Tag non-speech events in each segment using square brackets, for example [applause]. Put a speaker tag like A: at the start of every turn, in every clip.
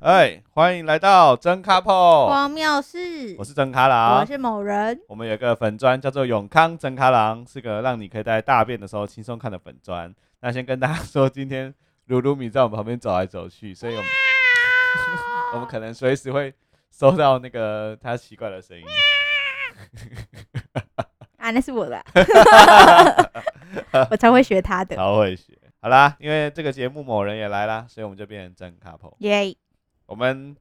A: 哎，欢迎来到真 couple，
B: 荒谬事
A: 哦我，是啊真卡郎，
B: 我是某人，
A: 我们有一个粉砖叫做永康真咖郎，是个让你可以在大便的时候轻松看的粉砖。那先跟大家说，今天鲁鲁米在我们旁边走来走去，所以我们 [laughs] 我们可能随时会收到那个它奇怪的声音。
B: 啊，那是我
A: [laughs]
B: 的， [laughs] 我才会学他的，
A: 超会学。好啦，因为这个节目某人也来啦，所以我们就变成真 couple。
B: 耶、
A: 我们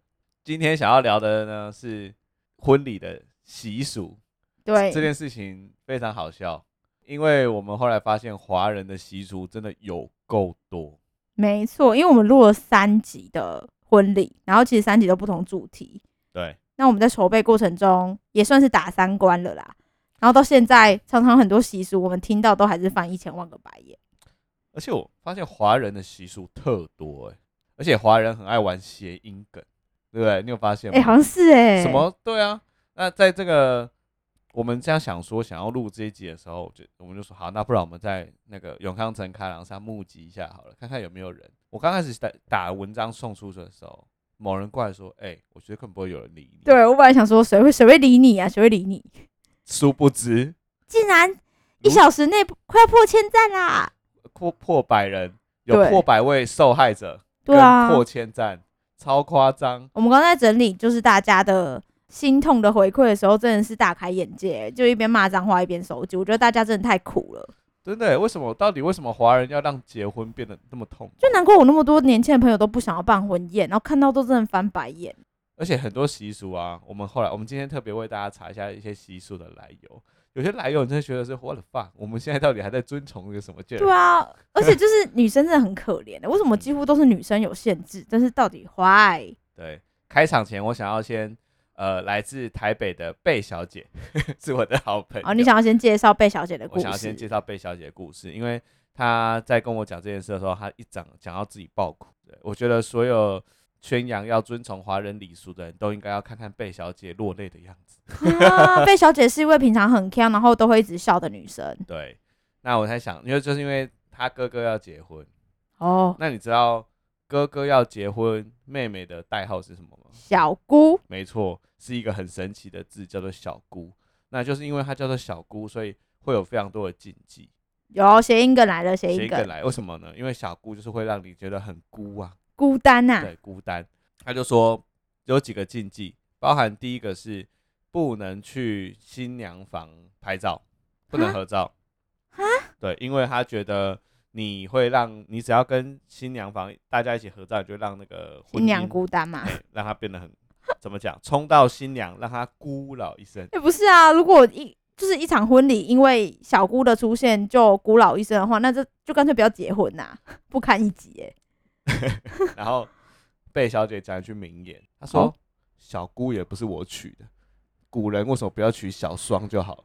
A: 今天想要聊的呢是婚礼的习俗，
B: 对
A: 这，件事情非常好笑，因为我们后来发现华人的习俗真的有够多。
B: 没错，因为我们录了三集的婚礼，然后其实三集都不同主题，
A: 对，
B: 那我们在筹备过程中也算是打三关了啦。然后到现在，常常很多习俗，我们听到都还是翻一千万个白眼。
A: 而且我发现华人的习俗特多、欸，而且华人很爱玩谐音梗，对不对？你有发现
B: 哎、
A: 吗？
B: 好像是哎、
A: 什？么？对啊。那在这个我们这样想说想要录这一集的时候，就我们就说好，那不然我们在那个永康城开朗上募集一下好了，看看有没有人。我刚开始打打文章送出去的时候，某人过来说：“哎、我觉得根本不会有人理你。”，
B: 对我本来想说，谁会谁会理你啊？谁会理你？
A: 殊不知
B: 竟然
A: 嗯
B: 一小时内快要破千赞啦！
A: 破破百人，有
B: 对
A: 破百位受害者，
B: 对啊，
A: 跟破千赞，超夸张。
B: 我们刚才整理就是大家的心痛的回馈的时候，真的是大开眼界，就一边骂脏话一边手机。我觉得大家真的太苦了，
A: 真的耶，欸为什么？到底为什么华人要让结婚变得那么痛苦？
B: 就难怪我那么多年轻的朋友都不想要办婚宴，然后看到都真的翻白眼。
A: 而且很多习俗啊，我们后来我们今天特别为大家查一下一些习俗的来由，有些来由你真的觉得是 what the fuck，我们现在到底还在遵从一个什么劲儿？
B: 对啊，而且就是女生真的很可怜的，为什么几乎都是女生有限制？但是到底 why？
A: 对开场前我想要先呃，来自台北的贝小姐 [laughs] 是我的好朋友。
B: 哦，你想要先介绍贝小姐的
A: 我
B: 故
A: 想要先
B: 事？
A: 介绍贝小姐的故事，因为她在跟我讲这件事的时候，她一讲讲到自己爆哭。对我觉得所有宣扬要遵从华人礼俗的人都应该要看看贝小姐落泪的样子。
B: 啊， [laughs] 贝小姐是一位平常很 c 然后都会一直笑的女生。
A: 对，那我在想，因为就是因为她哥哥要结婚，
B: 哦，
A: 那你知道哥哥要结婚，妹妹的代号是什么吗？
B: 小姑，
A: 没错，是一个很神奇的字，叫做小姑。那就是因为它叫做小姑，所以会有非常多的禁忌。
B: 有谐音梗来了，谐
A: 谐
B: 音
A: 音梗
B: 梗，
A: 来，为什么呢？因为小姑就是会让你觉得很孤啊，
B: 孤单呐、
A: 对，孤单。他就说有几个禁忌，包含第一个是不能去新娘房拍照，不能
B: 啊
A: 合照。
B: 啊
A: 对，因为他觉得你会让你只要跟新娘房大家一起合照，你就让那个婚
B: 新娘
A: 姻
B: 孤单嘛。
A: 哎让她变得很怎么讲，冲到新娘，让她孤老一生。
B: 也、不是啊，如果一就是一场婚礼，因为小姑的出现就孤老一生的话，那这就干脆不要结婚呐、 [laughs] 不堪一击哎、
A: 然后贝小姐讲一句名言，她说
B: 好：“
A: 小姑也不是我娶的，古人为什么不要娶小双就好了？”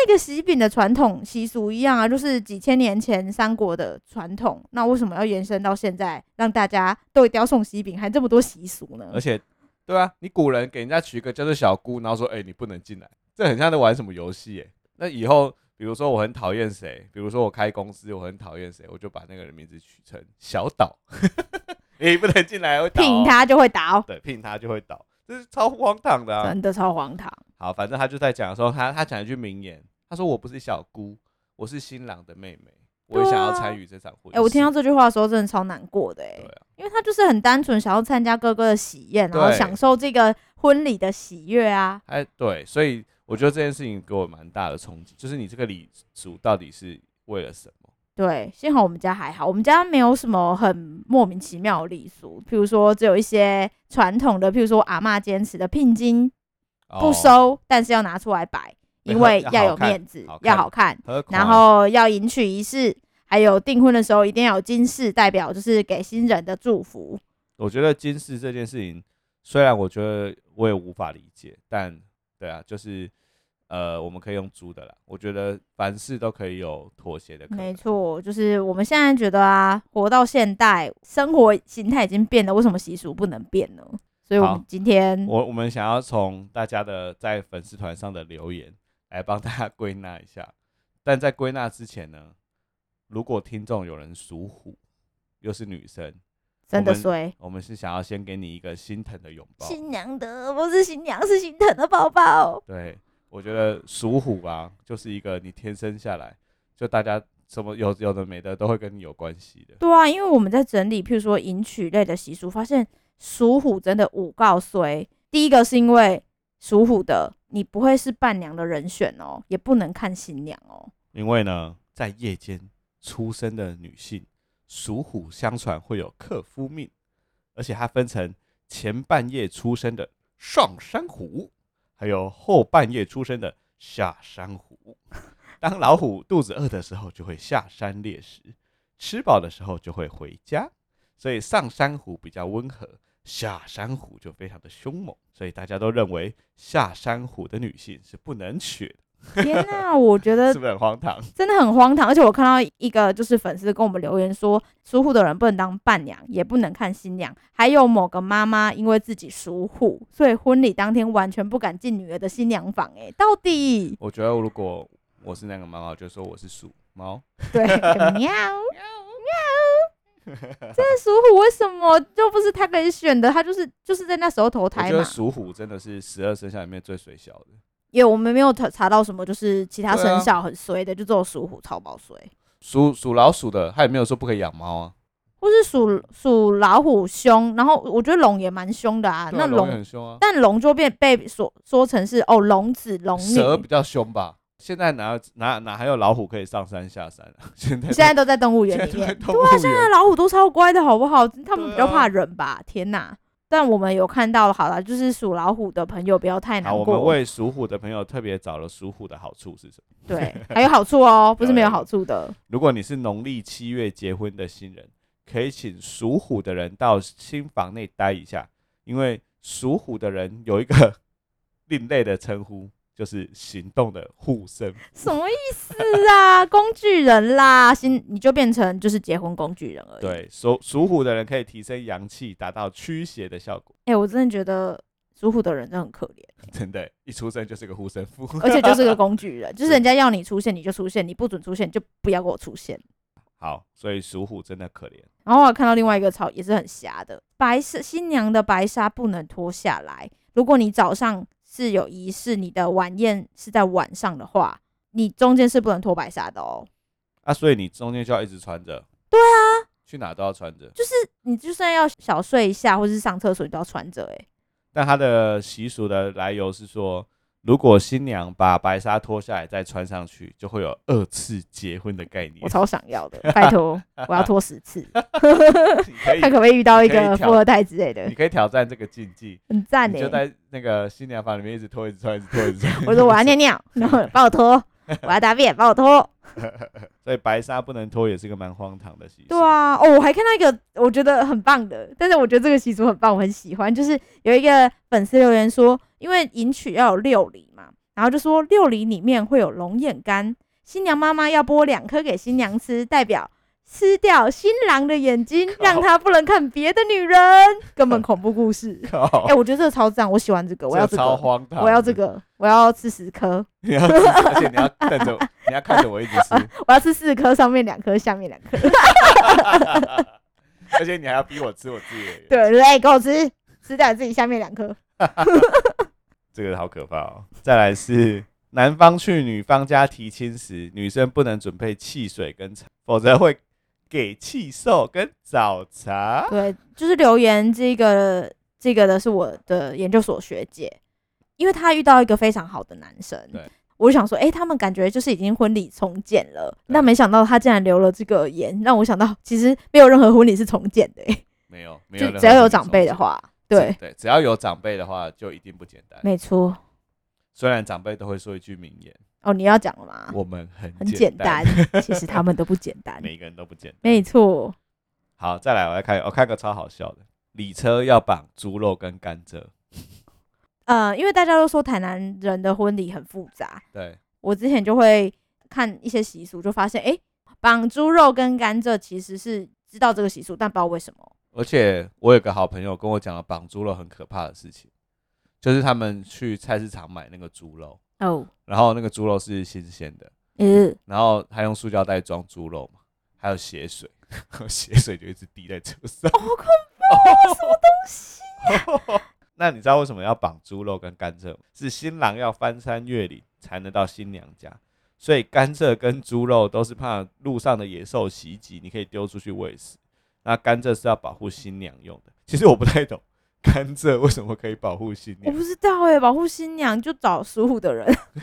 B: 那个喜饼的传统习俗一样啊，就是几千年前三国的传统，那为什么要延伸到现在，让大家都一定要送喜饼，还这么多习俗呢
A: 而？且，对啊，你古人给人家取一个叫做小姑，然后说：“哎、你不能进来。”这很像在玩什么游戏耶？那以后，比如说我很讨厌谁，比如说我开公司我很讨厌谁，我就把那个人名字取成小岛， [laughs] 你不能进来会倒、哦
B: 聘，他就会倒，
A: 对，聘他就会倒，这是超荒唐的、啊。
B: 真的超荒唐。
A: 好，反正他就在讲的时候，他他讲一句名言，他说：“我不是小姑，我是新郎的妹妹，我也想要
B: 对啊
A: 参与这场婚
B: 哎、
A: 事。
B: 我听到这句话的时候，真的超难过的哎、
A: 对啊，
B: 因为他就是很单纯想要参加哥哥的喜宴，然后
A: 对
B: 享受这个婚礼的喜悦啊。
A: 哎，对，所以我觉得这件事情给我蛮大的冲击，就是你这个礼俗到底是为了什么？
B: 对，幸好我们家还好，我们家没有什么很莫名其妙的礼俗，譬如说只有一些传统的，譬如说我阿嬷坚持的聘金不
A: 哦，
B: 收，但是要拿出来摆，
A: 对
B: 因为
A: 要
B: 要
A: 好
B: 有
A: 看
B: 面子
A: 好，
B: 要
A: 看
B: 好看，
A: 何况
B: 然后要迎娶仪式，还有订婚的时候一定要有金饰，代表就是给新人的祝福。
A: 我觉得金饰这件事情，虽然我觉得我也无法理解，但对啊，就是呃，我们可以用租的啦。我觉得凡事都可以有妥协的可能，
B: 没错，就是我们现在觉得啊，活到现代，生活形态已经变了，为什么习俗不能变呢？所以我
A: 好
B: 们今天
A: 我我们想要从大家的在粉丝团上的留言来帮大家归纳一下，但在归纳之前呢，如果听众有人属虎，又是女生，
B: 真的
A: 我们
B: 衰。
A: 我们是想要先给你一个心疼的拥抱。
B: 新娘的不是新娘，是心疼的抱抱。
A: 对，我觉得属虎吧，就是一个你天生下来就大家什么有有的没的都会跟你有关系的。
B: 对啊，因为我们在整理，譬如说迎娶类的习俗，发现属虎真的五告衰。第一个是因为属虎的你不会是伴娘的人选哦，也不能看新娘 [laughs] 哦。
A: 因为呢，在夜间出生的女性，属虎相传会有克夫命，而且它分成前半夜出生的上山虎，还有后半夜出生的下山虎。当老虎肚子饿的时候，就会下山猎食；吃饱的时候，就会回家。所以上山虎比较温和，下山虎就非常的凶猛。所以大家都认为下山虎的女性是不能娶
B: 天哪、我觉
A: 的，
B: 得
A: 是不是很荒唐？
B: 真的很荒唐。而且我看到一个就是粉丝跟我们留言说，属虎的人不能当伴娘，也不能看新娘。还有某个妈妈因为自己属虎，所以婚礼当天完全不敢进女儿的新娘房、欸。到底
A: 我觉得如果我是那个妈妈，我就说我是属
B: [laughs]
A: 猫。
B: 对喵。那属虎为什么就不是他可以选的？他就是就是在那时候投
A: 我
B: 胎
A: 觉得
B: 嘛，
A: 属虎真的是十二生肖里面最水小的。
B: 因为我们没有查查到什么，就是其他
A: 对
B: 生
A: 啊
B: 肖很衰的，就只有属虎超爆衰，
A: 属属老鼠的，他也没有说不可以养猫啊。
B: 或是属属老虎凶，然后我觉得龙也蛮凶的啊。
A: 对啊
B: 那
A: 龙
B: 龙
A: 也很凶啊，
B: 但龙就变被说说成是哦龙子龙女，
A: 蛇比较凶吧。现在哪哪哪还有老虎可以上山下山啊？ [laughs] 现在
B: 现在都在动物园
A: 现在
B: 里
A: 都在
B: 面。啊
A: 动物
B: 现在
A: 园，
B: 老虎都超乖的好不好？他们
A: 对
B: 比较
A: 啊
B: 怕人吧？天哪！但我们有看到，好了，就是属老虎的朋友不要太难
A: 好，我们
B: 过。
A: 为属虎的朋友特别找了属虎的好处是什么？
B: 对，还有好处哦，不是没有
A: 有有
B: 好处的。
A: 如果你是农历七月结婚的新人，可以请属虎的人到新房内待一下，因为属虎的人有一个另类的称呼，就是行动的护身符。
B: 什么意思啊？工具人啦，新你就变成就是结婚工具人而已。，
A: 对，属属虎的人可以提升阳气，达到驱邪的效果。 [laughs]
B: 哎、我真的觉得属虎的人真的很可怜，
A: 真的，一出生就是个护身符。
B: 而且就是个工具人，就是人家要你出现你就出现，你不准出现你就不要给我出现。
A: [laughs] 好，所以属虎真的可怜。
B: 然后我还看到另外一个草也是很瞎的，白纱新娘的白纱不能脱下来。如果你早上是有仪式，你的晚宴是在晚上的话，你中间是不能脱白纱的哦。
A: 啊，所以你中间就要一直穿着。
B: 对
A: 啊，去哪都要穿着。
B: 就是你就算要小睡一下或是上厕所，你都要穿着、欸。
A: 但它的习俗的来由是说，如果新娘把白纱脱下来再穿上去，就会有二次结婚的概念
B: 我。超想要的，拜托，我要脱
A: [laughs]
B: 十次，
A: 你可
B: 看
A: 以，
B: 可不可以遇到一
A: 你可以
B: 个
A: 挑
B: 富二代之类的
A: 你，可以挑战这个禁忌，
B: 很赞
A: 你
B: 呢、
A: 就在那个新娘房里面一直脱，一直穿，一直脱，一直穿。
B: [laughs] 我说我要尿
A: [laughs]
B: 尿，然后帮我脱，我要大便，帮我脱。
A: 所以白纱不能脱也是个蛮荒唐的习俗。
B: 对，啊，哦，我还看到一个我觉得很棒的，但是我觉得这个习俗很棒，我很喜欢。就是有一个粉丝留言说，因为迎娶要有六礼嘛，然后就说六礼里面会有龙眼干，新娘妈妈要剥两颗给新娘吃，代表。吃掉新郎的眼睛，让他不能看别的女人，根本恐怖故事。
A: 靠
B: 哎、，我觉得这个超赞，我喜欢这 [laughs] 个，我要
A: 这
B: 这
A: 超
B: 个，
A: 荒唐，
B: 我要这，个，我要吃十颗，
A: [laughs] 你要吃，而且你要瞪着我，你要看着我一直吃， [laughs]
B: 我要吃四颗，上面两颗，下面两颗，
A: 而且你还要逼我吃我自己的人。
B: 对，来给我吃，吃掉自己下面两颗。
A: 这个好可怕哦。再来是男方去女方家提亲时，女生不能准备汽水跟茶，否则会给气受跟早茶。
B: 对，就是留言这个这个的是我的研究所学姐，因为她遇到一个非常好的男生
A: 对，
B: 我就想说，哎、他们感觉就是已经婚礼重建了，
A: 对
B: 那没想到他竟然留了这个言，让我想到其实没有任何婚礼是重建的、欸，
A: 没有，没有任
B: 就
A: 何
B: 只要有
A: 人
B: 长辈的
A: 重
B: 话，
A: 视，
B: 对，
A: 对，只要有长辈的话，就一定不简单。
B: 没错。
A: 虽然长辈都会说一句名言
B: 哦，你要讲了吗：“？
A: 我们很
B: 很
A: 简
B: 简单，其实他们都不简单。
A: 每个人都不简单。
B: 没错，
A: 好，再来，我来看，我看个超好笑的，礼车要绑猪肉跟甘蔗。
B: 呃，因为大家都说台南人的婚礼很复杂，
A: 对，
B: 我之前就会看一些习俗，就发现诶，绑猪肉跟甘蔗其实是知道这个习俗，但不知道为什么。
A: 而且我有个好朋友跟我讲了绑猪肉很可怕的事情，就是他们去菜市场买那个猪肉，
B: 哦，
A: 然后那个猪肉是新鲜的，
B: 嗯，
A: 然后他用塑胶袋装猪肉嘛，还有血水， [laughs] 血水就一直滴在车上。
B: 好恐怖，什么东西？
A: [laughs] 那你知道为什么要绑猪肉跟甘蔗吗？是新郎要翻山越岭才能到新娘家，所以甘蔗跟猪肉都是怕路上的野兽袭击，你可以丢出去喂食。那甘蔗是要保护新娘用的。其实我不太懂甘蔗为什么可以保护新
B: 我
A: 娘
B: [laughs] 不，知道哎、保护新娘就找属虎的人， [laughs]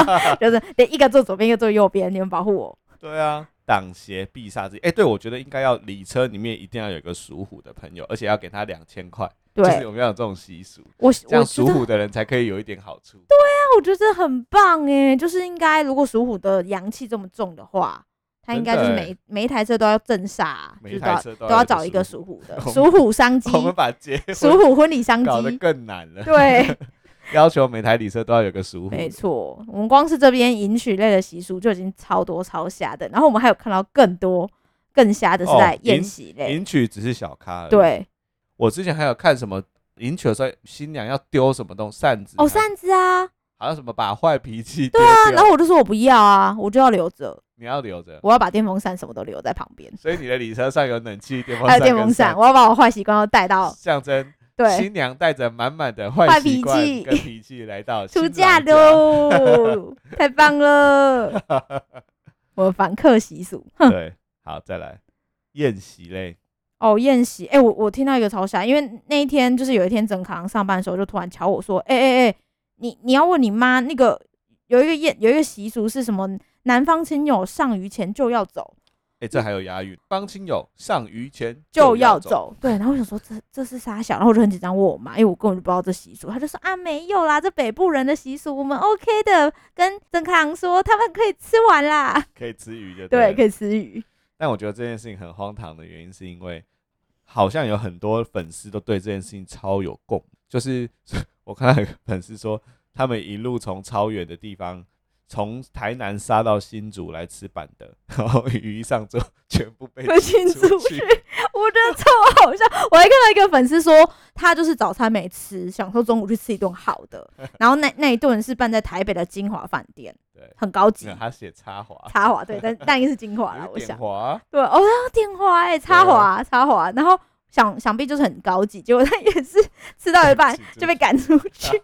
A: [laughs]
B: 就是得一个坐左边，一个坐右边，你们保护我。
A: 对啊，挡邪避煞之。哎、对，我觉得应该要礼车里面一定要有一个属虎的朋友，而且要给他两千块，就
B: 对，
A: 是我们要有这种习俗，
B: 我
A: 这样
B: 我觉
A: 属
B: 得
A: 虎的人才可以有一点好处。
B: 我觉得这很棒哎，就是应该，如果属虎的阳气这么重的话，他应该就是
A: 真的欸
B: 每每一台车都要镇煞啊，就
A: 每一
B: 是都
A: 台
B: 要
A: 车都
B: 都
A: 要有
B: 要
A: 一个
B: 找一个
A: 属
B: 属虎的
A: [laughs] 我们
B: 属虎商机，
A: 我们把结
B: 属
A: 婚
B: 虎婚礼商
A: [laughs] 搞得
B: 机。
A: 更难了。 [laughs]
B: 对，
A: 要求每台礼车都要有个属虎的。
B: 没错，我们光是这边迎娶类的习俗就已经超多超瞎的，然后我们还有看到更多更瞎的是
A: 哦
B: 在宴
A: 迎
B: 席类，
A: 迎娶只是小咖而已。，
B: 对，
A: 我之前还有看什么迎娶的时候，新娘要丢什么东西，扇子
B: 哦
A: 还
B: 扇子啊，
A: 好像什么把坏脾气丢掉，
B: 啊然后我就说我不要啊，我就要留着，
A: 你要留着。
B: 我要把电风扇什么都留在旁边，
A: 所以你的礼车上有冷气、电风
B: 还
A: 扇
B: 有
A: 跟
B: 电风扇，，我要把我坏习惯都带到
A: 象征
B: 对
A: 新娘带着满满的坏
B: 坏
A: 习
B: 脾
A: 惯
B: 气
A: 跟脾气来到
B: [laughs] 出
A: 新
B: 嫁
A: 郎家。
B: 喽，太棒 [laughs] 了！我反客习俗， [laughs] 哼，
A: 对，好，再来宴席类，
B: 哦，宴席，哎、我我听到一个超吓，因为那一天就是有一天，整行上班的时候就突然瞧我说，哎哎哎，你你要问你妈那个有一个宴有一个习俗是什么？男方亲友上鱼前就要走，
A: 哎，这还有押韵。帮亲友上鱼前
B: 就要
A: 要，
B: 走，对。然后我想说这这是啥小，然后我就很紧张问我妈，因为我根本就不知道这习俗，她就说啊没有啦，这北部人的习俗，我们 OK 的，跟曾康行说他们可以吃完啦。
A: 可以吃鱼就
B: 对，
A: 了
B: 可以吃鱼。
A: 但我觉得这件事情很荒唐的原因，是因为好像有很多粉丝都对这件事情超有共，就是 [laughs] 我看到有个粉丝说，他们一路从超远的地方，从台南杀到新竹来吃板的，然后鱼一上桌全部被
B: [laughs] 被清
A: 出
B: 出
A: 去
B: 去，我觉得超好笑。我还看到一个粉丝说，他就是早餐没吃，想说中午去吃一顿好
A: [laughs]
B: 的，然后那那一顿是办在台北的金华饭店，
A: 对，
B: 很高级
A: 没有，他写插华，
B: 插华对，
A: [laughs]
B: 但但应该是金华
A: 有
B: 啦
A: 一，
B: 我
A: 点
B: 想
A: 华，
B: 对哦，要电话哎、插华
A: 啊
B: 插华，然后想想必就是很高级，结果他也是吃到一
A: [laughs]
B: 半
A: 请出
B: 就被赶出
A: [laughs]
B: 去，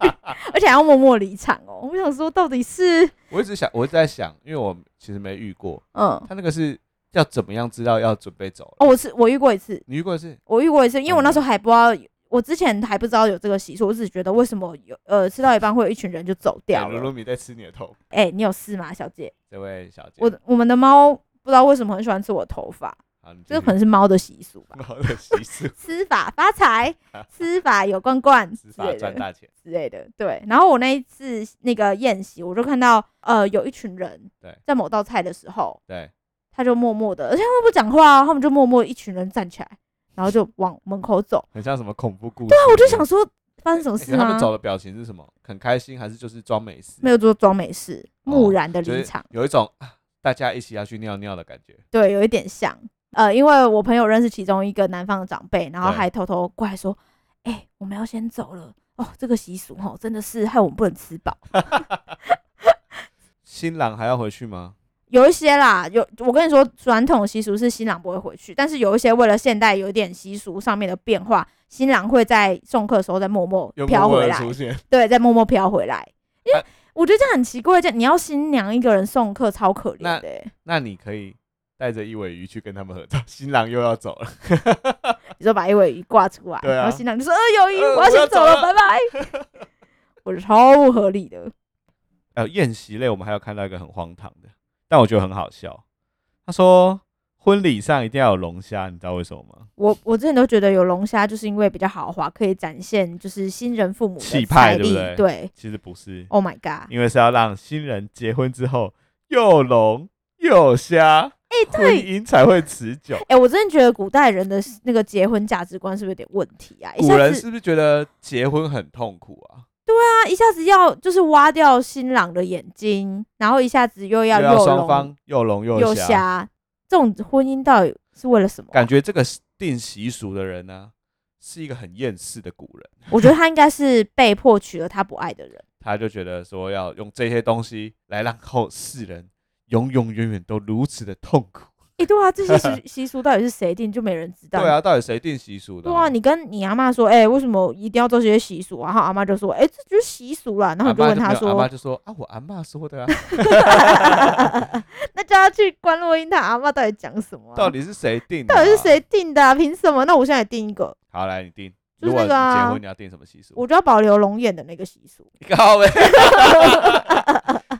B: 而且还要默默离场哦。我想说，到底是
A: 我一直想，我一直在想，因为我其实没遇过，
B: 嗯
A: 他那个是要怎么样知道要准备走了？
B: 哦，我是我遇过一次，
A: 你遇过的是
B: 我遇过一次，因为我
A: 嗯
B: 那时候还不知道，我之前还不知道有这个习俗，我只是觉得为什么有呃吃到一半会有一群人就走掉
A: 鲁鲁
B: 了。
A: 米在吃你的头，
B: 哎、你有事吗，小姐？
A: 这位小姐，嗯
B: 我我们的猫不知道为什么很喜欢吃我头发，
A: 好，你继
B: 这
A: 续
B: 可能是猫的习俗吧。
A: 猫的习
B: [laughs]
A: 俗，
B: 吃法
A: [laughs]
B: 发财，吃法有罐罐之
A: 执法
B: 类
A: 赚
B: 的
A: 大钱。
B: 之类的。对，然后我那一次那个宴席，我就看到呃有一群人
A: 对
B: 在某道菜的时候，
A: 对，
B: 他就默默的，而且他们不讲话、哦，他们就默默一群人站起来，然后就往门口走。
A: 很像什么恐怖故事。对啊，
B: 我就想说发生什么事啊吗？
A: 哎他们走的表情是什么？很开心还是就是装没事？
B: 没有做装没事，
A: 哦
B: 木然的
A: 就
B: 离
A: 是
B: 场，
A: 有一种啊大家一起要去尿尿的感觉。
B: 对，有一点像。呃，因为我朋友认识其中一个南方的长辈，然后
A: 对
B: 还偷偷过来说：“哎、我们要先走了哦，这个习俗哦，真的是害我们不能吃饱。
A: 新郎还要回去吗？”
B: 有一些啦，有我跟你说，传统习俗是新郎不会回去，但是有一些为了现代有一点习俗上面的变化，新郎会在送客的时候再默默
A: 又默
B: 飘
A: 默
B: 回
A: 的
B: 来，
A: 出现，
B: 对，再默默飘回来。因为
A: 哎
B: 我觉得这样很奇怪，这样你要新娘一个人送客，超可怜
A: 那
B: 的、欸。
A: 那你可以带着一尾鱼去跟他们合照。新郎又要走了，
B: 你说把一尾鱼挂出来，
A: 对啊
B: 然后新郎就说：“呃，有鱼，
A: 呃
B: 我要
A: 我要
B: 先走
A: 走
B: 了，
A: 了
B: 拜拜。”
A: [laughs]
B: [laughs] 我觉得超不合理的。
A: 呃，宴席类我们还有看到一个很荒唐的，但我觉得很好笑。他说婚礼上一定要有龙虾，你知道为什么吗？
B: 我我之前都觉得有龙虾就是因为比较豪华，可以展现就是新人父母的
A: 气派
B: 财力
A: 对不对其实不是，
B: Oh my god！
A: 因为是要让新人结婚之后又龙又虾，哎、婚
B: 对
A: 姻才会持久。
B: 哎、我真的觉得古代人的那个结婚价值观是不是有点问题啊？一
A: 古
B: 下
A: 人
B: 子
A: 是不是觉得结婚很痛苦啊？
B: 啊，一下子要就是挖掉新郎的眼睛，然后一下子又要
A: 对啊
B: 又
A: 双
B: 龙
A: 方又龙
B: 又
A: 又虾，
B: 虾，这种婚姻到底是为了什么啊、
A: 感觉这个定习俗的人呢、是一个很厌世的古人，
B: 我觉得他应该是被迫娶了他不爱的人。
A: 他就觉得说要用这些东西来让后世人永永远远都如此的痛苦。
B: 诶，对啊，这
A: [laughs]
B: 些习习俗到底是谁定，就没人知道。
A: 对啊，到底谁定习俗的
B: 对
A: 啊？
B: 啊，你跟你阿妈说，哎、为什么一定要做这些习俗啊？然后阿妈就说，哎、这就是习俗啦。然后
A: 阿
B: 我就
A: 妈
B: 问
A: 就没
B: 她
A: 有阿妈
B: 说，
A: 就说啊，我阿妈说
B: [laughs]
A: 的啊，
B: 那就要去关录音，他阿妈到底讲什么啊、
A: 到底是谁定的、啊？
B: 到底是？谁定的、啊？凭什么？那我现在也定一个，
A: 好，来你定。
B: 就是
A: 如果
B: 那
A: 你
B: 个啊
A: 结婚你要定什么习俗？
B: 我就要保留龙眼的那个习俗。
A: 靠呗， [laughs]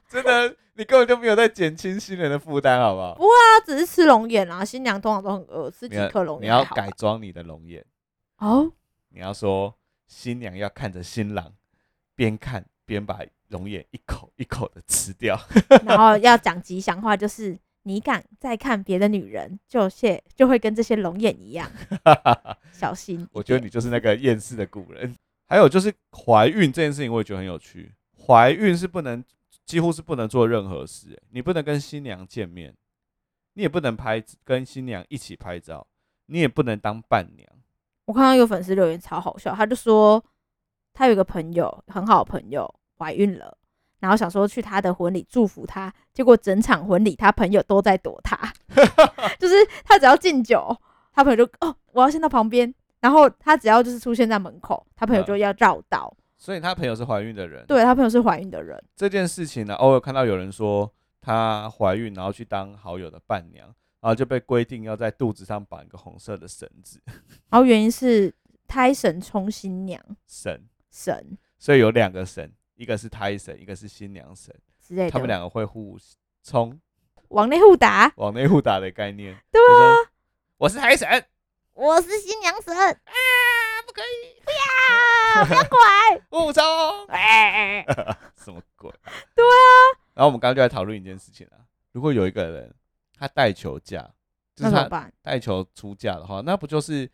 A: 真的，你根本就没有在减轻新人的负担，好不好？
B: 他只是吃龙眼啊，新娘通常都很饿，吃几
A: 你要
B: 颗龙
A: 你
B: 眼还
A: 要
B: 好
A: 改装你的龙眼，
B: 哦。
A: 你要说新娘要看着新郎，边看边把龙眼一口一口的吃掉。
B: 然后要讲吉祥话，就是你敢再看别的女人，就谢就会跟这些龙眼一样，小心。
A: 我觉得你就是那个厌世的古人。还有就是怀孕这件事情，我也觉得很有趣。怀孕是不能，几乎是不能做任何事、欸你不能跟新娘见面，你也不能拍跟新娘一起拍照，你也不能当伴娘。
B: 我看到有粉丝留言超好笑，他就说他有一个朋友，很好的朋友怀孕了，然后想说去他的婚礼祝福他，结果整场婚礼他朋友都在躲他，
A: [laughs]
B: 就是他只要敬酒，他朋友就哦我要先到旁边，然后他只要就是出现在门口，他
A: 嗯
B: 朋友就要绕道。
A: 所以他朋友是怀孕的人。
B: 对他啊朋友是怀孕的人，
A: 这件事情呢，偶尔看到有人说她怀孕，然后去当好友的伴娘，然后就被规定要在肚子上绑一个红色的绳子， [laughs]
B: 然后原因是胎神冲新娘
A: 绳，
B: 神
A: 所以有两个绳，一个是胎绳，一个是新娘绳，
B: 之类的，
A: 他们两个会互冲。
B: 往内互打。
A: 往内互打的概念。
B: 对
A: 就
B: 啊，
A: 说我是海神啊，
B: 我是新娘神啊，
A: 不可以，
B: 不要拐，
A: 误冲，
B: 哎，
A: 什么鬼？
B: 对
A: 啊。然后我们刚刚就在讨论一件事情啊，如果有一个人他带球架，就
B: 那
A: 是
B: 怎么
A: 他
B: 办？
A: 带球出架的话，那不就是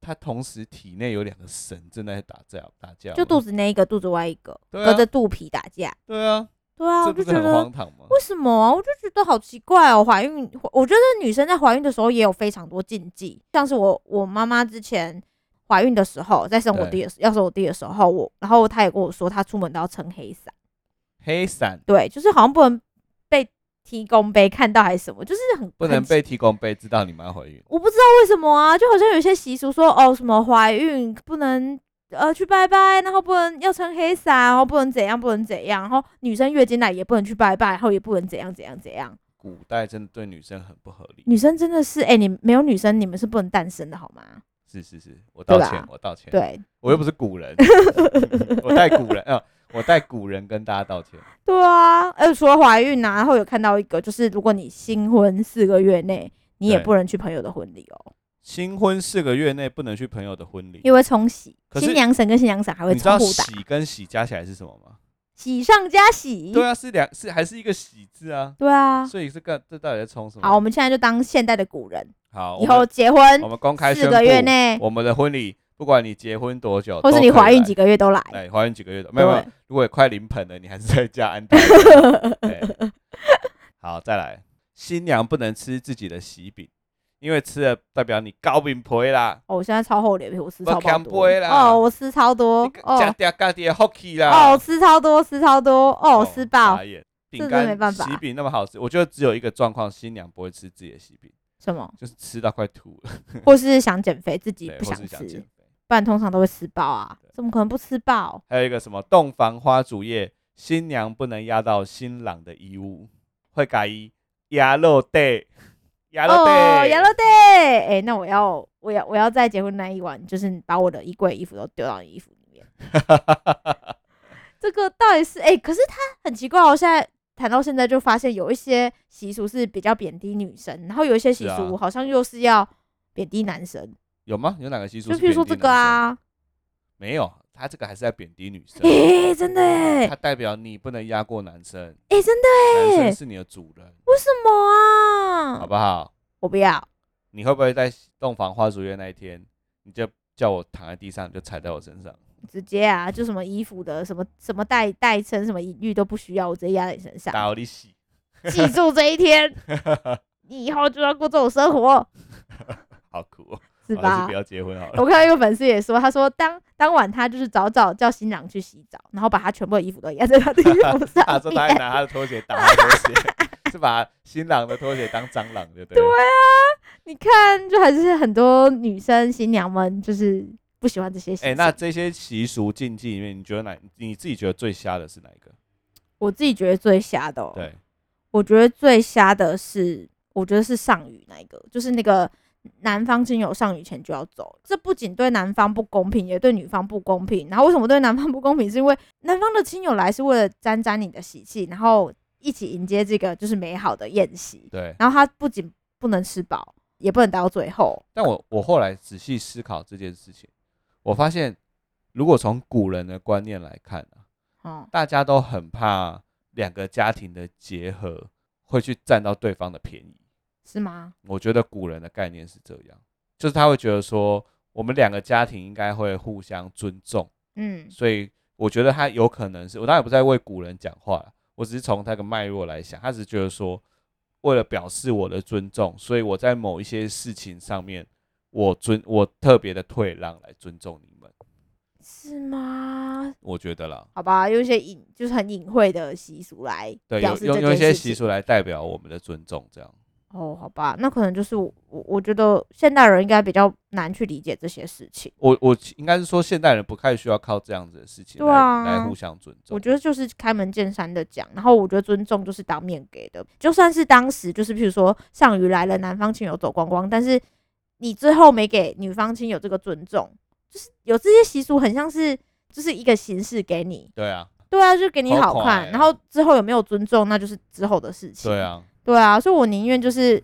A: 他同时体内有两个神正在打架打架吗？
B: 就肚子那一个，肚子外一个，
A: 对
B: 隔
A: 啊
B: 着肚皮打架。
A: 对啊，
B: 对啊，
A: 这
B: 我就
A: 不是
B: 觉
A: 很
B: 得
A: 荒唐吗？
B: 为什么啊、我就觉得好奇怪哦。怀孕，我觉得女生在怀孕的时候也有非常多禁忌，像是我我妈妈之前怀孕的时候，在生我弟的时要生我弟的时候，我然后她也跟我说，她出门都要撑黑伞，
A: 黑伞
B: 对，就是好像不能被提供被看到还是什么，就是很
A: 不能。
B: 很
A: 被提供被知道你妈怀孕，
B: 我不知道为什么啊，就好像有一些习俗说哦，什么怀孕不能呃去拜拜，然后不能要撑黑伞，然后不能怎样不能怎样，然后女生月经来也不能去拜拜，然后也不能怎样怎样怎样。
A: 古代真的对女生很不合理。
B: 女生真的是哎、你没有女生你们是不能诞生的好吗？
A: 是是是，我道
B: 对吧
A: 歉，我道歉。
B: 对啊
A: 我又不是古
B: [laughs]
A: 人，我代古人啊、呃我代古人跟大家道歉。
B: 对啊，呃，除了怀孕啊，然后有看到一个就是如果你新婚四个月内，你也
A: 对
B: 不能去朋友的婚礼哦，
A: 新婚四个月内不能去朋友的婚礼，
B: 因为冲喜，
A: 可是
B: 新娘神跟新娘神还会
A: 你知道
B: 冲互打，
A: 喜跟喜加起来是什么吗？
B: 喜上加喜。
A: 对啊，是两是还是一个喜字啊，
B: 对啊，
A: 所以这个这到底在冲什么？
B: 好，我们现在就当现代的古人，
A: 嗯好，我
B: 以后
A: 们
B: 结婚
A: 我们公开宣
B: 四
A: 布，
B: 个月内，
A: 我们的婚礼，不管你结婚多久，
B: 或是你怀孕几
A: 个
B: 个月都来。
A: 对，怀孕几个月的，没
B: 对
A: 有没有，如果快临盆了，你还是在家安胎。对，好，再来，新娘不能吃自己的喜饼，因为吃了代表你高饼婆啦。
B: [laughs] 哦，我现在超厚脸皮，我吃超
A: 我欠
B: 爆多
A: 杯。啦
B: 哦，我吃超多
A: 你。
B: 哦
A: 加点家己的福气啦。
B: 哦，吃超多，吃超多。哦，吃爆
A: 傻眼。
B: 真
A: 饼
B: 的没
A: 干、
B: 办法
A: 喜饼那么好吃，我觉得只有一个状况，新娘不会吃自己的喜饼，
B: 什么？
A: 就是吃到快吐了，
B: 或是想减肥，自己
A: 对，
B: 不
A: 或是想减
B: 吃，
A: 肥。
B: 不然通常都会吃爆啊
A: 对。
B: 怎么可能不吃爆？
A: 还有一个什么洞房花烛夜，新娘不能压到新郎的衣物，会改衣压肉带，压肉
B: 哦，
A: 带，
B: 亚乐对，哎，那我要，我要，我要在结婚那一晚，就是把我的衣柜衣服都丢到你衣服里
A: [laughs]
B: 面。这个到底是哎、可是他很奇怪哦。现在谈到现在，就发现有一些习俗是比较贬低女生，然后有一些习
A: 是啊
B: 俗好像又是要贬低男生，
A: 有吗？有哪个习俗？
B: 就譬如说这个，啊，
A: 没有，他这个还是在贬低女生。
B: 哎、真的哎、
A: 他代表你不能压过男生，
B: 哎、真的
A: 男
B: 哎
A: 生是你的主人，
B: 为什么
A: 好
B: 啊？
A: 不好？
B: 我不要，
A: 你会不会在洞房花烛夜那一天，你就叫我躺在地上，就踩在我身上？
B: 直接啊，就什么衣服的什么什么代代称什么隐喻都不需要，我直接压在你身上。
A: 打我的洗，
B: 记住这一
A: [laughs]
B: 天，你以后就要过这种生活，
A: 好苦、哦，我还是
B: 是吧
A: 不？要结婚好了。
B: 我看到一个粉丝也说，他说当当晚他就是早早叫新
A: [laughs]
B: 郎去洗澡，然后把他全部的衣服都压在他的衣服上
A: 啊他说他还
B: 面。
A: 拿他的拖鞋打我的拖鞋， [laughs] 是把新郎的拖鞋当蟑螂的，对不对？
B: 你看，就还是很多女生新娘们就是不喜欢这些习俗。
A: 哎、那这些习俗禁忌里面，你觉得哪？你自己觉得最瞎的是哪一个？
B: 我自己觉得最瞎的、哦，
A: 对，
B: 我觉得最瞎的是，我觉得是上虞那一个，就是那个男方亲友上虞前就要走，这不仅对男方不公平，也对女方不公平。然后为什么对男方不公平？是因为男方的亲友来是为了沾沾你的喜气，然后一起迎接这个就是美好的宴席。
A: 对。
B: 然后他不仅不能吃饱，也不能待到最后。
A: 但我我后来仔细思考这件事情，我发现，如果从古人的观念来看啊，
B: 哦、
A: 大家都很怕两个家庭的结合会去占到对方的便宜。
B: 是吗？
A: 我觉得古人的概念是这样，就是他会觉得说，我们两个家庭应该会互相尊重，
B: 嗯，
A: 所以我觉得他有可能是我当然不在为古人讲话啦，我只是从他的脉络来想，他只是觉得说，为了表示我的尊重，所以我在某一些事情上面，我尊我特别的退让来尊重你们，
B: 是吗？
A: 我觉得啦，
B: 好吧，用一些隐就是很隐晦的习俗来
A: 对，
B: 表
A: 有
B: 示这
A: 用用一些
B: 件事
A: 习
B: 情
A: 俗来代表我们的尊重，这样
B: 哦，好吧，那可能就是我我我觉得现代人应该比较难去理解这些事情。
A: 我我应该是说现代人不太需要靠这样子的事情
B: 对
A: 来、
B: 啊
A: 来互相尊重，
B: 我觉得就是开门见山的讲，然后我觉得尊重就是当面给的，就算是当时就是譬如说上虞来了，南方亲友走光光，但是你最后没给女方亲友这个尊重，就是有这些习俗很像是就是一个形式给你，
A: 对啊，
B: 对啊，就给你
A: 好
B: 好
A: 快
B: 看，
A: 啊
B: 然后之后有没有尊重那就是之后的事情。
A: 对啊，
B: 对啊，所以我宁愿就是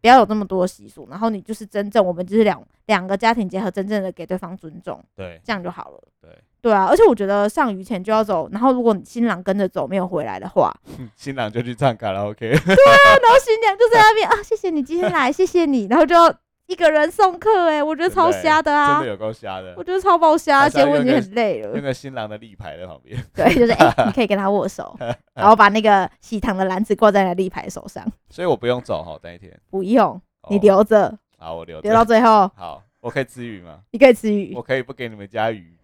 B: 不要有那么多习俗，然后你就是真正我们就是两两个家庭结合，真正的给对方尊重，
A: 对
B: 这样就好了。
A: 对， [laughs]
B: 对啊，而且我觉得上鱼前就要走，然后如果你新郎跟着走没有回来的话，
A: 新郎就去唱卡拉 OK，
B: 然后新娘就在那边啊，谢谢你今天来，谢谢你，然后就要一个人送客、欸，哎，我觉得
A: 对
B: 超瞎的
A: 真
B: 啊
A: 的，有够瞎的
B: 我，觉得超爆瞎，
A: 还是要
B: 结婚已经
A: 用一个
B: 很累了
A: 那，个新郎的立牌在旁边。
B: 对，就是哎、你可以跟他
A: [laughs]
B: 握手，然后把那个喜糖的篮子挂在你的立牌手上，
A: 所以我不用走哈，那一天。
B: 不用，你
A: 哦
B: 留着，
A: 好，我留着
B: 留到最后，
A: 好，我可以吃鱼
B: [laughs]
A: 吗？
B: 你可以吃鱼
A: 我。可以不给你们加
B: [laughs]
A: 鱼，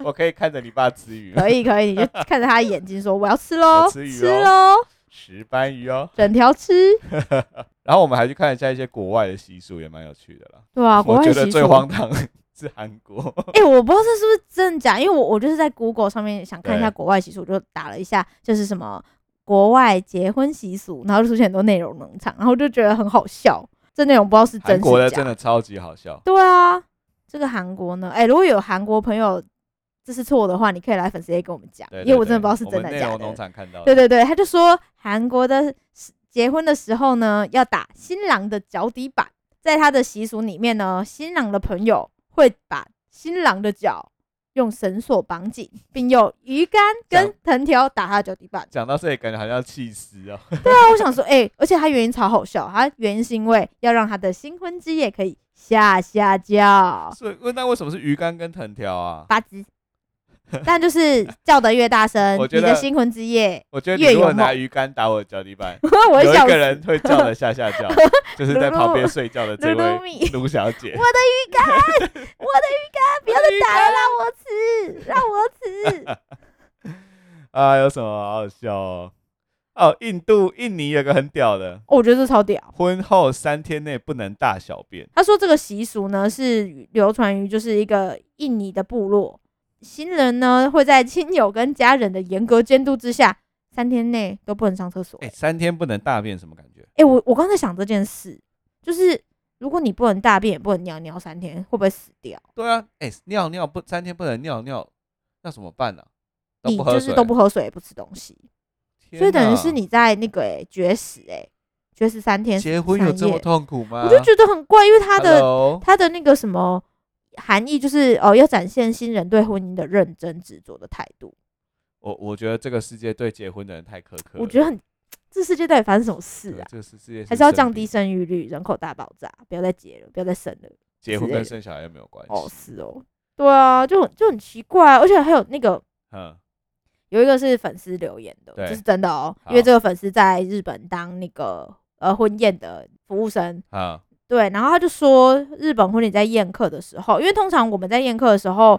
A: 我可以看着你爸吃 [laughs] 鱼吗，
B: 可以可以，你就看着他的眼睛说：“我要吃
A: [laughs]
B: 喽，
A: 我吃鱼
B: 吃
A: 哦
B: 喽，
A: 石斑鱼哦。
B: 整条吃。
A: 然后我们还去看一下一些国外的习俗，也蛮有趣的啦”。
B: 对啊，国
A: 我
B: 外
A: 觉
B: 习
A: 得
B: 俗
A: 最。荒唐 [laughs] 是韩国，
B: 哎、我不知道这是不是真的假，因为我我就是在 Google 上面想看一下
A: 对
B: 国外习俗，我就打了一下，就是什么国外结婚习俗，然后就出现很多内容农场，然后就觉得很好笑。这内容不知道 [laughs] 是真
A: 韩国的
B: 是假。
A: 真的超级好笑。
B: 对啊，这个韩国呢，哎、如果有韩国朋友这是错的话，你可以来粉丝页跟我们讲，
A: 对，
B: 因为
A: 对
B: 我真的不
A: 对
B: 知道是
A: 我
B: 真
A: 们
B: 的
A: 内
B: 假
A: 容
B: 的
A: 农。场看到的，。
B: 对对对，他就说韩国的时结婚的时候呢，要打新郎的脚底板，在他的习俗里面呢，新郎的朋友会把新郎的脚用绳索绑紧，并用鱼竿跟藤条打他的脚底板
A: 讲到这里感觉好像气死哦。
B: 对啊，我想说，哎、而且他原因超好笑，他原因是因为要让他的新婚之夜可以下下叫
A: 所以问那为什么是鱼竿跟藤条啊？
B: 八字。但就是叫得越
A: [laughs]
B: 大声
A: 我，觉
B: 你
A: 得
B: 的新婚之夜， [laughs]
A: 我觉得
B: 越
A: 你如
B: 有
A: 果拿
B: 梦
A: 鱼竿打我的脚底板，
B: 我会
A: 有
B: 笑
A: 一个
B: 死。
A: 人会叫的下下
B: [laughs]
A: 叫，就是在旁边睡觉的这
B: 露露
A: 位
B: 米，
A: 卢小姐。
B: 我的鱼哎竿，不要再打了，让我吃，让我吃。
A: 啊，有什么好好笑哦？哦，印度印尼有个很屌的，
B: 哦我觉得这超屌。
A: 婚后三天内不能大小便。
B: 他说这个习俗呢是流传于就是一个印尼的部落，新人呢会在亲友跟家人的严格监督之下，三天内都不能上厕所。
A: 哎、
B: 哎、
A: 三天不能大便什么感觉？
B: 我我刚才想这件事，就是如果你不能大便也不能尿尿三天，会不会死掉？
A: 对啊，哎、尿尿不三天不能尿尿，那怎么办呢、啊？
B: 你
A: 不喝
B: 就
A: 水，
B: 是都不喝水，也不吃东西，
A: 天
B: 所以等于
A: 哪
B: 是你在那个、欸、绝食、欸，绝食三天
A: 结婚有
B: 三
A: 这么
B: 夜
A: 痛苦吗？
B: 我就觉得很怪，因为他的
A: Hello？
B: 他的那个什么含义就是哦，要展现新人对婚姻的认真执着的态度。
A: 我我觉得这个世界对结婚的人太苛刻了。
B: 我觉得很，这世界到底发生什么事
A: 对
B: 啊？
A: 这个世世界
B: 还是要
A: 神
B: 降
A: 秘
B: 低生育率，人口大爆炸，不要再结了，
A: [laughs]
B: 不要再生了。
A: 结
B: 之
A: 婚
B: 类
A: 跟
B: 的
A: 生小孩又没有关系。
B: 哦，是哦，对啊，就很就很奇怪啊、而且还有那个
A: 嗯，
B: 有一个是粉丝留言的，
A: 对
B: 这是真的哦，
A: 好
B: 因为这个粉丝在日本当那个呃婚宴的服务生，
A: 啊，
B: 对，然后他就说，日本婚礼在宴客的时候，因为通常我们在宴客的时候，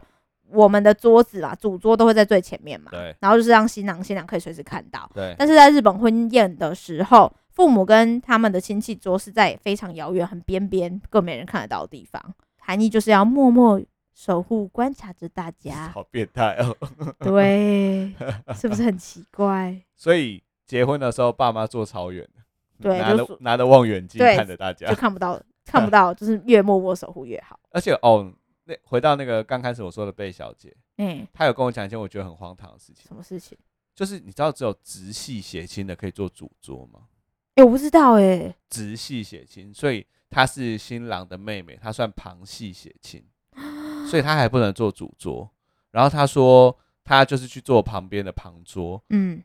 B: 我们的桌子啊，主桌都会在最前面嘛，
A: 对
B: 然后就是让新郎新娘可以随时看到。
A: 对
B: 但是在日本婚宴的时候，父母跟他们的亲戚桌是在非常遥远、很边边、更没人看得到的地方，含义就是要默默守护、观察着大家。
A: [laughs] 好变态哦。 [laughs]
B: 对，是不是很奇怪？
A: 所以结婚的时候，爸妈坐超远的，
B: 对
A: 拿
B: 就
A: 着拿着望远镜
B: 对
A: 看着大家
B: 就，看不到，看不到，就是越默默守护越好。
A: [laughs] 而且哦，那回到那个刚开始我说的贝小姐，
B: 哎、
A: 她有跟我讲一件我觉得很荒唐的事情，
B: 什么事情？
A: 就是你知道只有直系血亲的可以做主桌吗？
B: 哎、我不知道哎、
A: 直系血亲，所以她是新郎的妹妹，她算旁系血
B: [laughs]
A: 亲，所以她还不能做主桌。然后她说她就是去坐旁边的旁桌，
B: 嗯，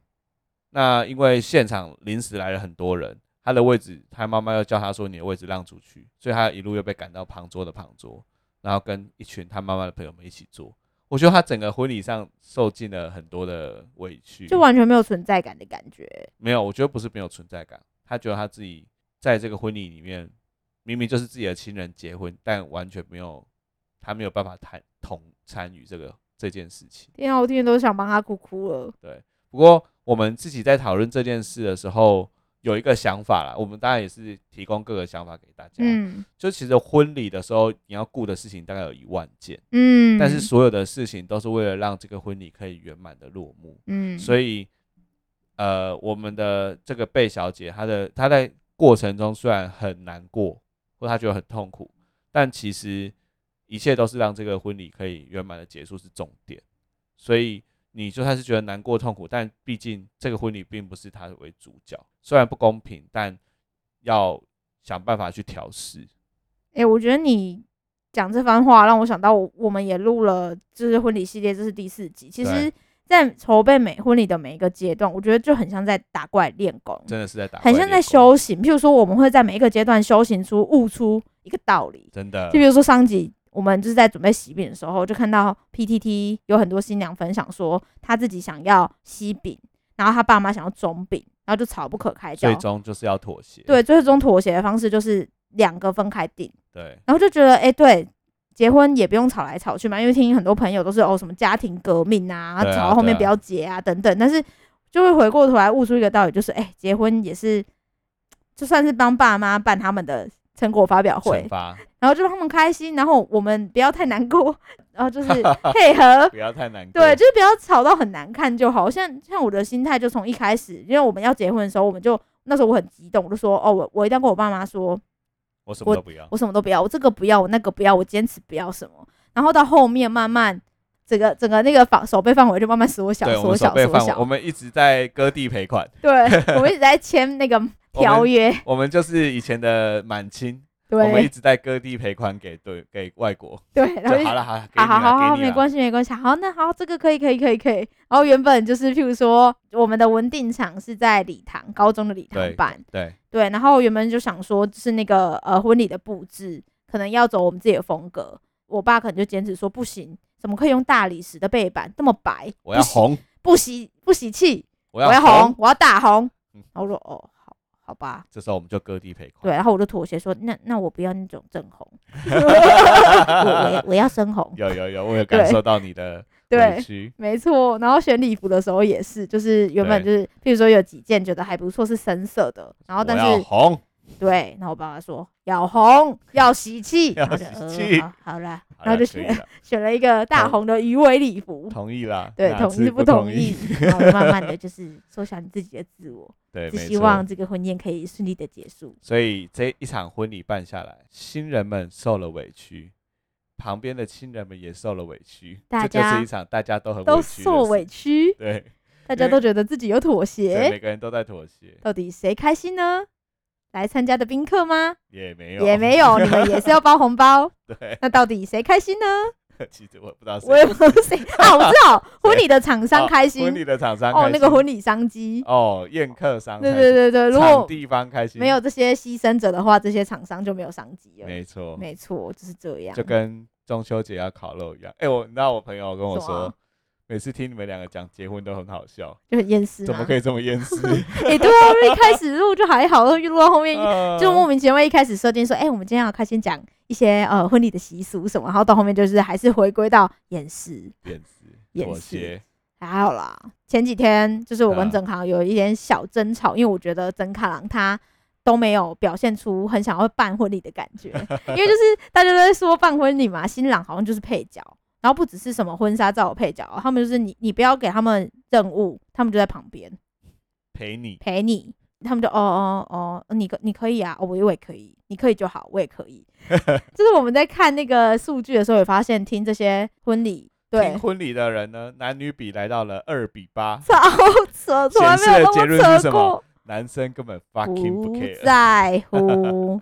A: 那因为现场临时来了很多人，他的位置，他妈妈要叫他说你的位置让出去，所以他一路又被赶到旁桌的旁桌，然后跟一群他妈妈的朋友们一起坐。我觉得他整个婚礼上受尽了很多的委屈，
B: 就完全没有存在感的感觉、
A: 没有，我觉得不是没有存在感，他觉得他自己在这个婚礼里面，明明就是自己的亲人结婚，但完全没有，他没有办法谈同参与这个这件事情。
B: 天啊，我听天都想帮他哭哭了。
A: 不过我们自己在讨论这件事的时候，有一个想法啦，我们当然也是提供各个想法给大家。，
B: 嗯
A: 就其实婚礼的时候，你要顾的事情大概有一万件，
B: 嗯，
A: 但是所有的事情都是为了让这个婚礼可以圆满的落幕。
B: 嗯，
A: 所
B: 以
A: 以，呃，我们的这个贝小姐，她的她在过程中虽然很难过，或她觉得很痛苦，但其实一切都是让这个婚礼可以圆满的结束是重点。所以你就算是觉得难过痛苦，但毕竟这个婚礼并不是她为主角，虽然不公平，但要想办法去调试。
B: 哎、我觉得你讲这番话让我想到我，我们也录了，就是婚礼系列，这是第四集。其实
A: 对，
B: 在筹备每婚礼的每一个阶段，我觉得就很像在打怪练功，
A: 真的是在打，
B: 很像在，修行。譬如说，我们会在每一个阶段修行出、悟出一个道理。
A: 真的
B: 就比如说上集我们就是在准备喜饼的时候，就看到 PTT 有很多新娘分享说她自己想要西饼，然后她爸妈想要中饼，然后就吵不可开交
A: 最。终就是要妥协。
B: 对，最终妥协的方式就是两个分开订，
A: 对
B: 然后就觉得哎、诶对。结婚也不用吵来吵去嘛，因为听很多朋友都是哦什么家庭革命啊，
A: 对啊
B: 吵到后面
A: 对啊
B: 不要结啊等等，但是就会回过头来悟出一个道理，就是哎、诶结婚也是就算是帮爸妈办他们的成果发表会
A: 惩，罚，
B: 然后就让他们开心，然后我们不要太难过， [laughs] 然后就是配合，
A: 不要太难过。
B: 对，就是不要吵到很难看就好。像像我的心态就从一开始，因为我们要结婚的时候，我们就那时候我很激动，我就说哦，我我一定要跟我爸妈说，
A: 我什么都不要。
B: 我什么都不要，我这个不要，我那个不要，我坚持不要什么。然后到后面慢慢整个整个那个范手背范围就慢慢缩小
A: 对，我
B: 缩
A: 们
B: 小
A: 手背
B: 缩
A: 范围，我
B: 小，
A: 们一直在割地赔款， [laughs]
B: 对，我们一直在签那个
A: 我们
B: 条约，
A: 我们就是以前的满清，我们一
B: 对
A: 直在割地赔款给对给外国，
B: 对，然后
A: 就
B: 就
A: 好了好了，给
B: 好
A: 你
B: 好好
A: 了给
B: 好，
A: 你
B: 没
A: 了，
B: 关系没关系。好，那好，这个可以可以可以可以。然后原本就是，譬如说，我们的文定场是在礼堂，高中的礼堂
A: 对
B: 办，
A: 对
B: 对。然后原本就想说，就是那个呃婚礼的布置，可能要走我们自己的风格。我爸可能就坚持说不行，怎么可以用大理石的背板这么白？
A: 我要
B: 不喜，
A: 红，
B: 不喜不喜气，
A: 我
B: 我要红
A: 红，，
B: 我要大红。
A: 嗯
B: 然后我说哦，好好吧，
A: 这时候我们就割地赔款，
B: 对。然后我就妥协说，那那我不要那种正红，
A: [laughs]
B: 我我要我要深红。
A: 有有有，我有
B: 对
A: 感受到你的
B: 对
A: 委，屈，
B: 没错，然后选礼服的时候也是，就是原本就是，譬如说有几件觉得还不错是深色的，然后
A: 我
B: 但
A: 要
B: 是
A: 红，
B: 对，然后我爸爸说要红，要喜气，
A: [laughs] 要
B: 然后就
A: 喜气
B: 呃好好啦，
A: 好
B: 然后
A: 了
B: 就
A: 可以
B: [laughs] 选
A: 了，
B: 选了一个大红的鱼尾礼服，
A: 同意啦，
B: 对，
A: 哪
B: 同
A: 次
B: 意
A: 不
B: 同
A: 意？？
B: 然后慢慢的就是缩小你自己的自我，
A: 对，
B: 只
A: 没
B: 希
A: 错
B: 望。这个婚宴可以顺利的结束。
A: 所以这一场婚礼办下来，新人们受了委屈，旁边的亲人们也受了委屈，
B: 大
A: 这就
B: 家
A: 是一场大家都很
B: 都
A: 委屈的
B: 受
A: 事
B: 委屈，
A: 对，
B: 大家都觉得自己有妥
A: 对，
B: 协，
A: 每个人都在妥协，
B: 到底谁开心呢？来参加的宾客吗？
A: 也没有，
B: 也没有，你们也是要包
A: [laughs]
B: 红包。
A: 对，
B: 那到底谁开心呢？
A: 其实我也不知道谁
B: 我也不知道
A: [laughs]
B: 谁啊，我知道婚礼的厂商开
A: 哦婚
B: 心
A: 礼的厂商
B: 哦，那个
A: 婚
B: 婚礼商机，
A: 哦宴客商
B: 对
A: 开
B: 对
A: 心，
B: 对对，如
A: 场
B: 果
A: 地方开心，
B: 没有这些牺牲者的话，这些厂商就没有商机了。
A: 没错，
B: 没错，就是这样
A: 就。跟中秋节要烤肉一样。哎，我你知道我朋友跟我
B: 什么
A: 说
B: 啊。每
A: 每次听你们两个讲结婚都很好笑，
B: 就很厌世
A: 怎
B: 嘛
A: 么。可以这么厌
B: [laughs]
A: 世？
B: 哎，对啊，因为一开始录就还好，然后一录到后面
A: 啊
B: 就莫名其妙一开始设定说，哎，我们今天要开先讲一些呃婚礼的习俗什么，然后到后面就是还是回归到饮食。
A: 掩饰、
B: 掩
A: 妥
B: 饰
A: 协，
B: 还好啦，前几天就是我跟
A: 啊
B: 曾康有一点小争吵，因为我觉得曾康郎他都没有表现出很想要办婚礼的感觉， [laughs] 因为就是大家都在说办婚礼嘛，新郎好像就是配角，然后不只是什么婚纱照有配角，他们就是你你不要给他们任务，他们就在旁边
A: 陪你，
B: 陪你，他们就哦哦哦，你可你可以啊，哦我我也可以，你可以就好，我也可
A: [laughs]
B: 以。就是我们在看那个数据的时候，也发现听这些婚礼对
A: 听婚礼的人呢，男女比来到了二比八，
B: 超扯，从来没
A: 显示的
B: 有那
A: 结论
B: 么
A: 是
B: 扯
A: 什
B: 过
A: 么，男生根本 fucking 不
B: 不
A: care。
B: 在
A: [laughs]
B: 乎。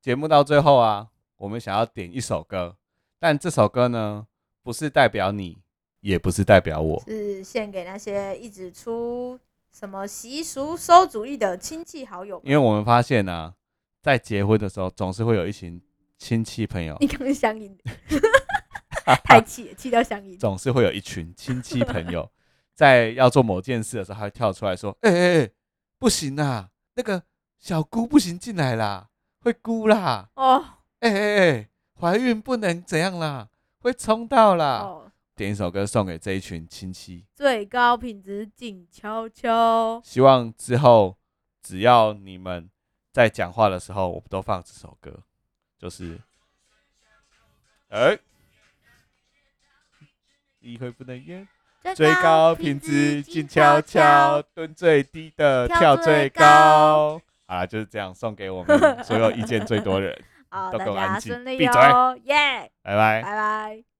A: 节目到最后啊，我们想要点一首歌，但这首歌呢，不是代表你，也不是代表我，
B: 是献给那些一直出什么习俗馊主意的亲戚好友。
A: 因为我们发现啊，在结婚的时候，总是会有一群亲戚朋友
B: [laughs] 你，刚刚乡
A: [laughs]
B: 音，太气了，气到乡音。
A: 总是会有一群亲戚朋友，在要做某件事的时候，他会跳出来说：“哎哎哎，不行啊，那个小姑不行进来啦，会姑啦，
B: 哦
A: 哎哎哎，怀孕不能怎样啦，会冲到啦。
B: 哦，
A: 点一首歌送给这一群亲戚，
B: 最高品质静悄悄。
A: 希望之后只要你们在讲话的时候，我们都放这首歌，就是，哎、离婚不能约。最高品质静悄悄，，蹲最低的跳
B: 跳
A: 最
B: 最
A: 高
B: 高。
A: 好啦，就是这样，送给我
B: [laughs]
A: 们所有意见最多的人，
B: 好，
A: 都
B: 大
A: 给我安
B: 家
A: 静
B: 顺利
A: 闭嘴
B: 哦，耶，
A: 拜拜
B: 拜。拜。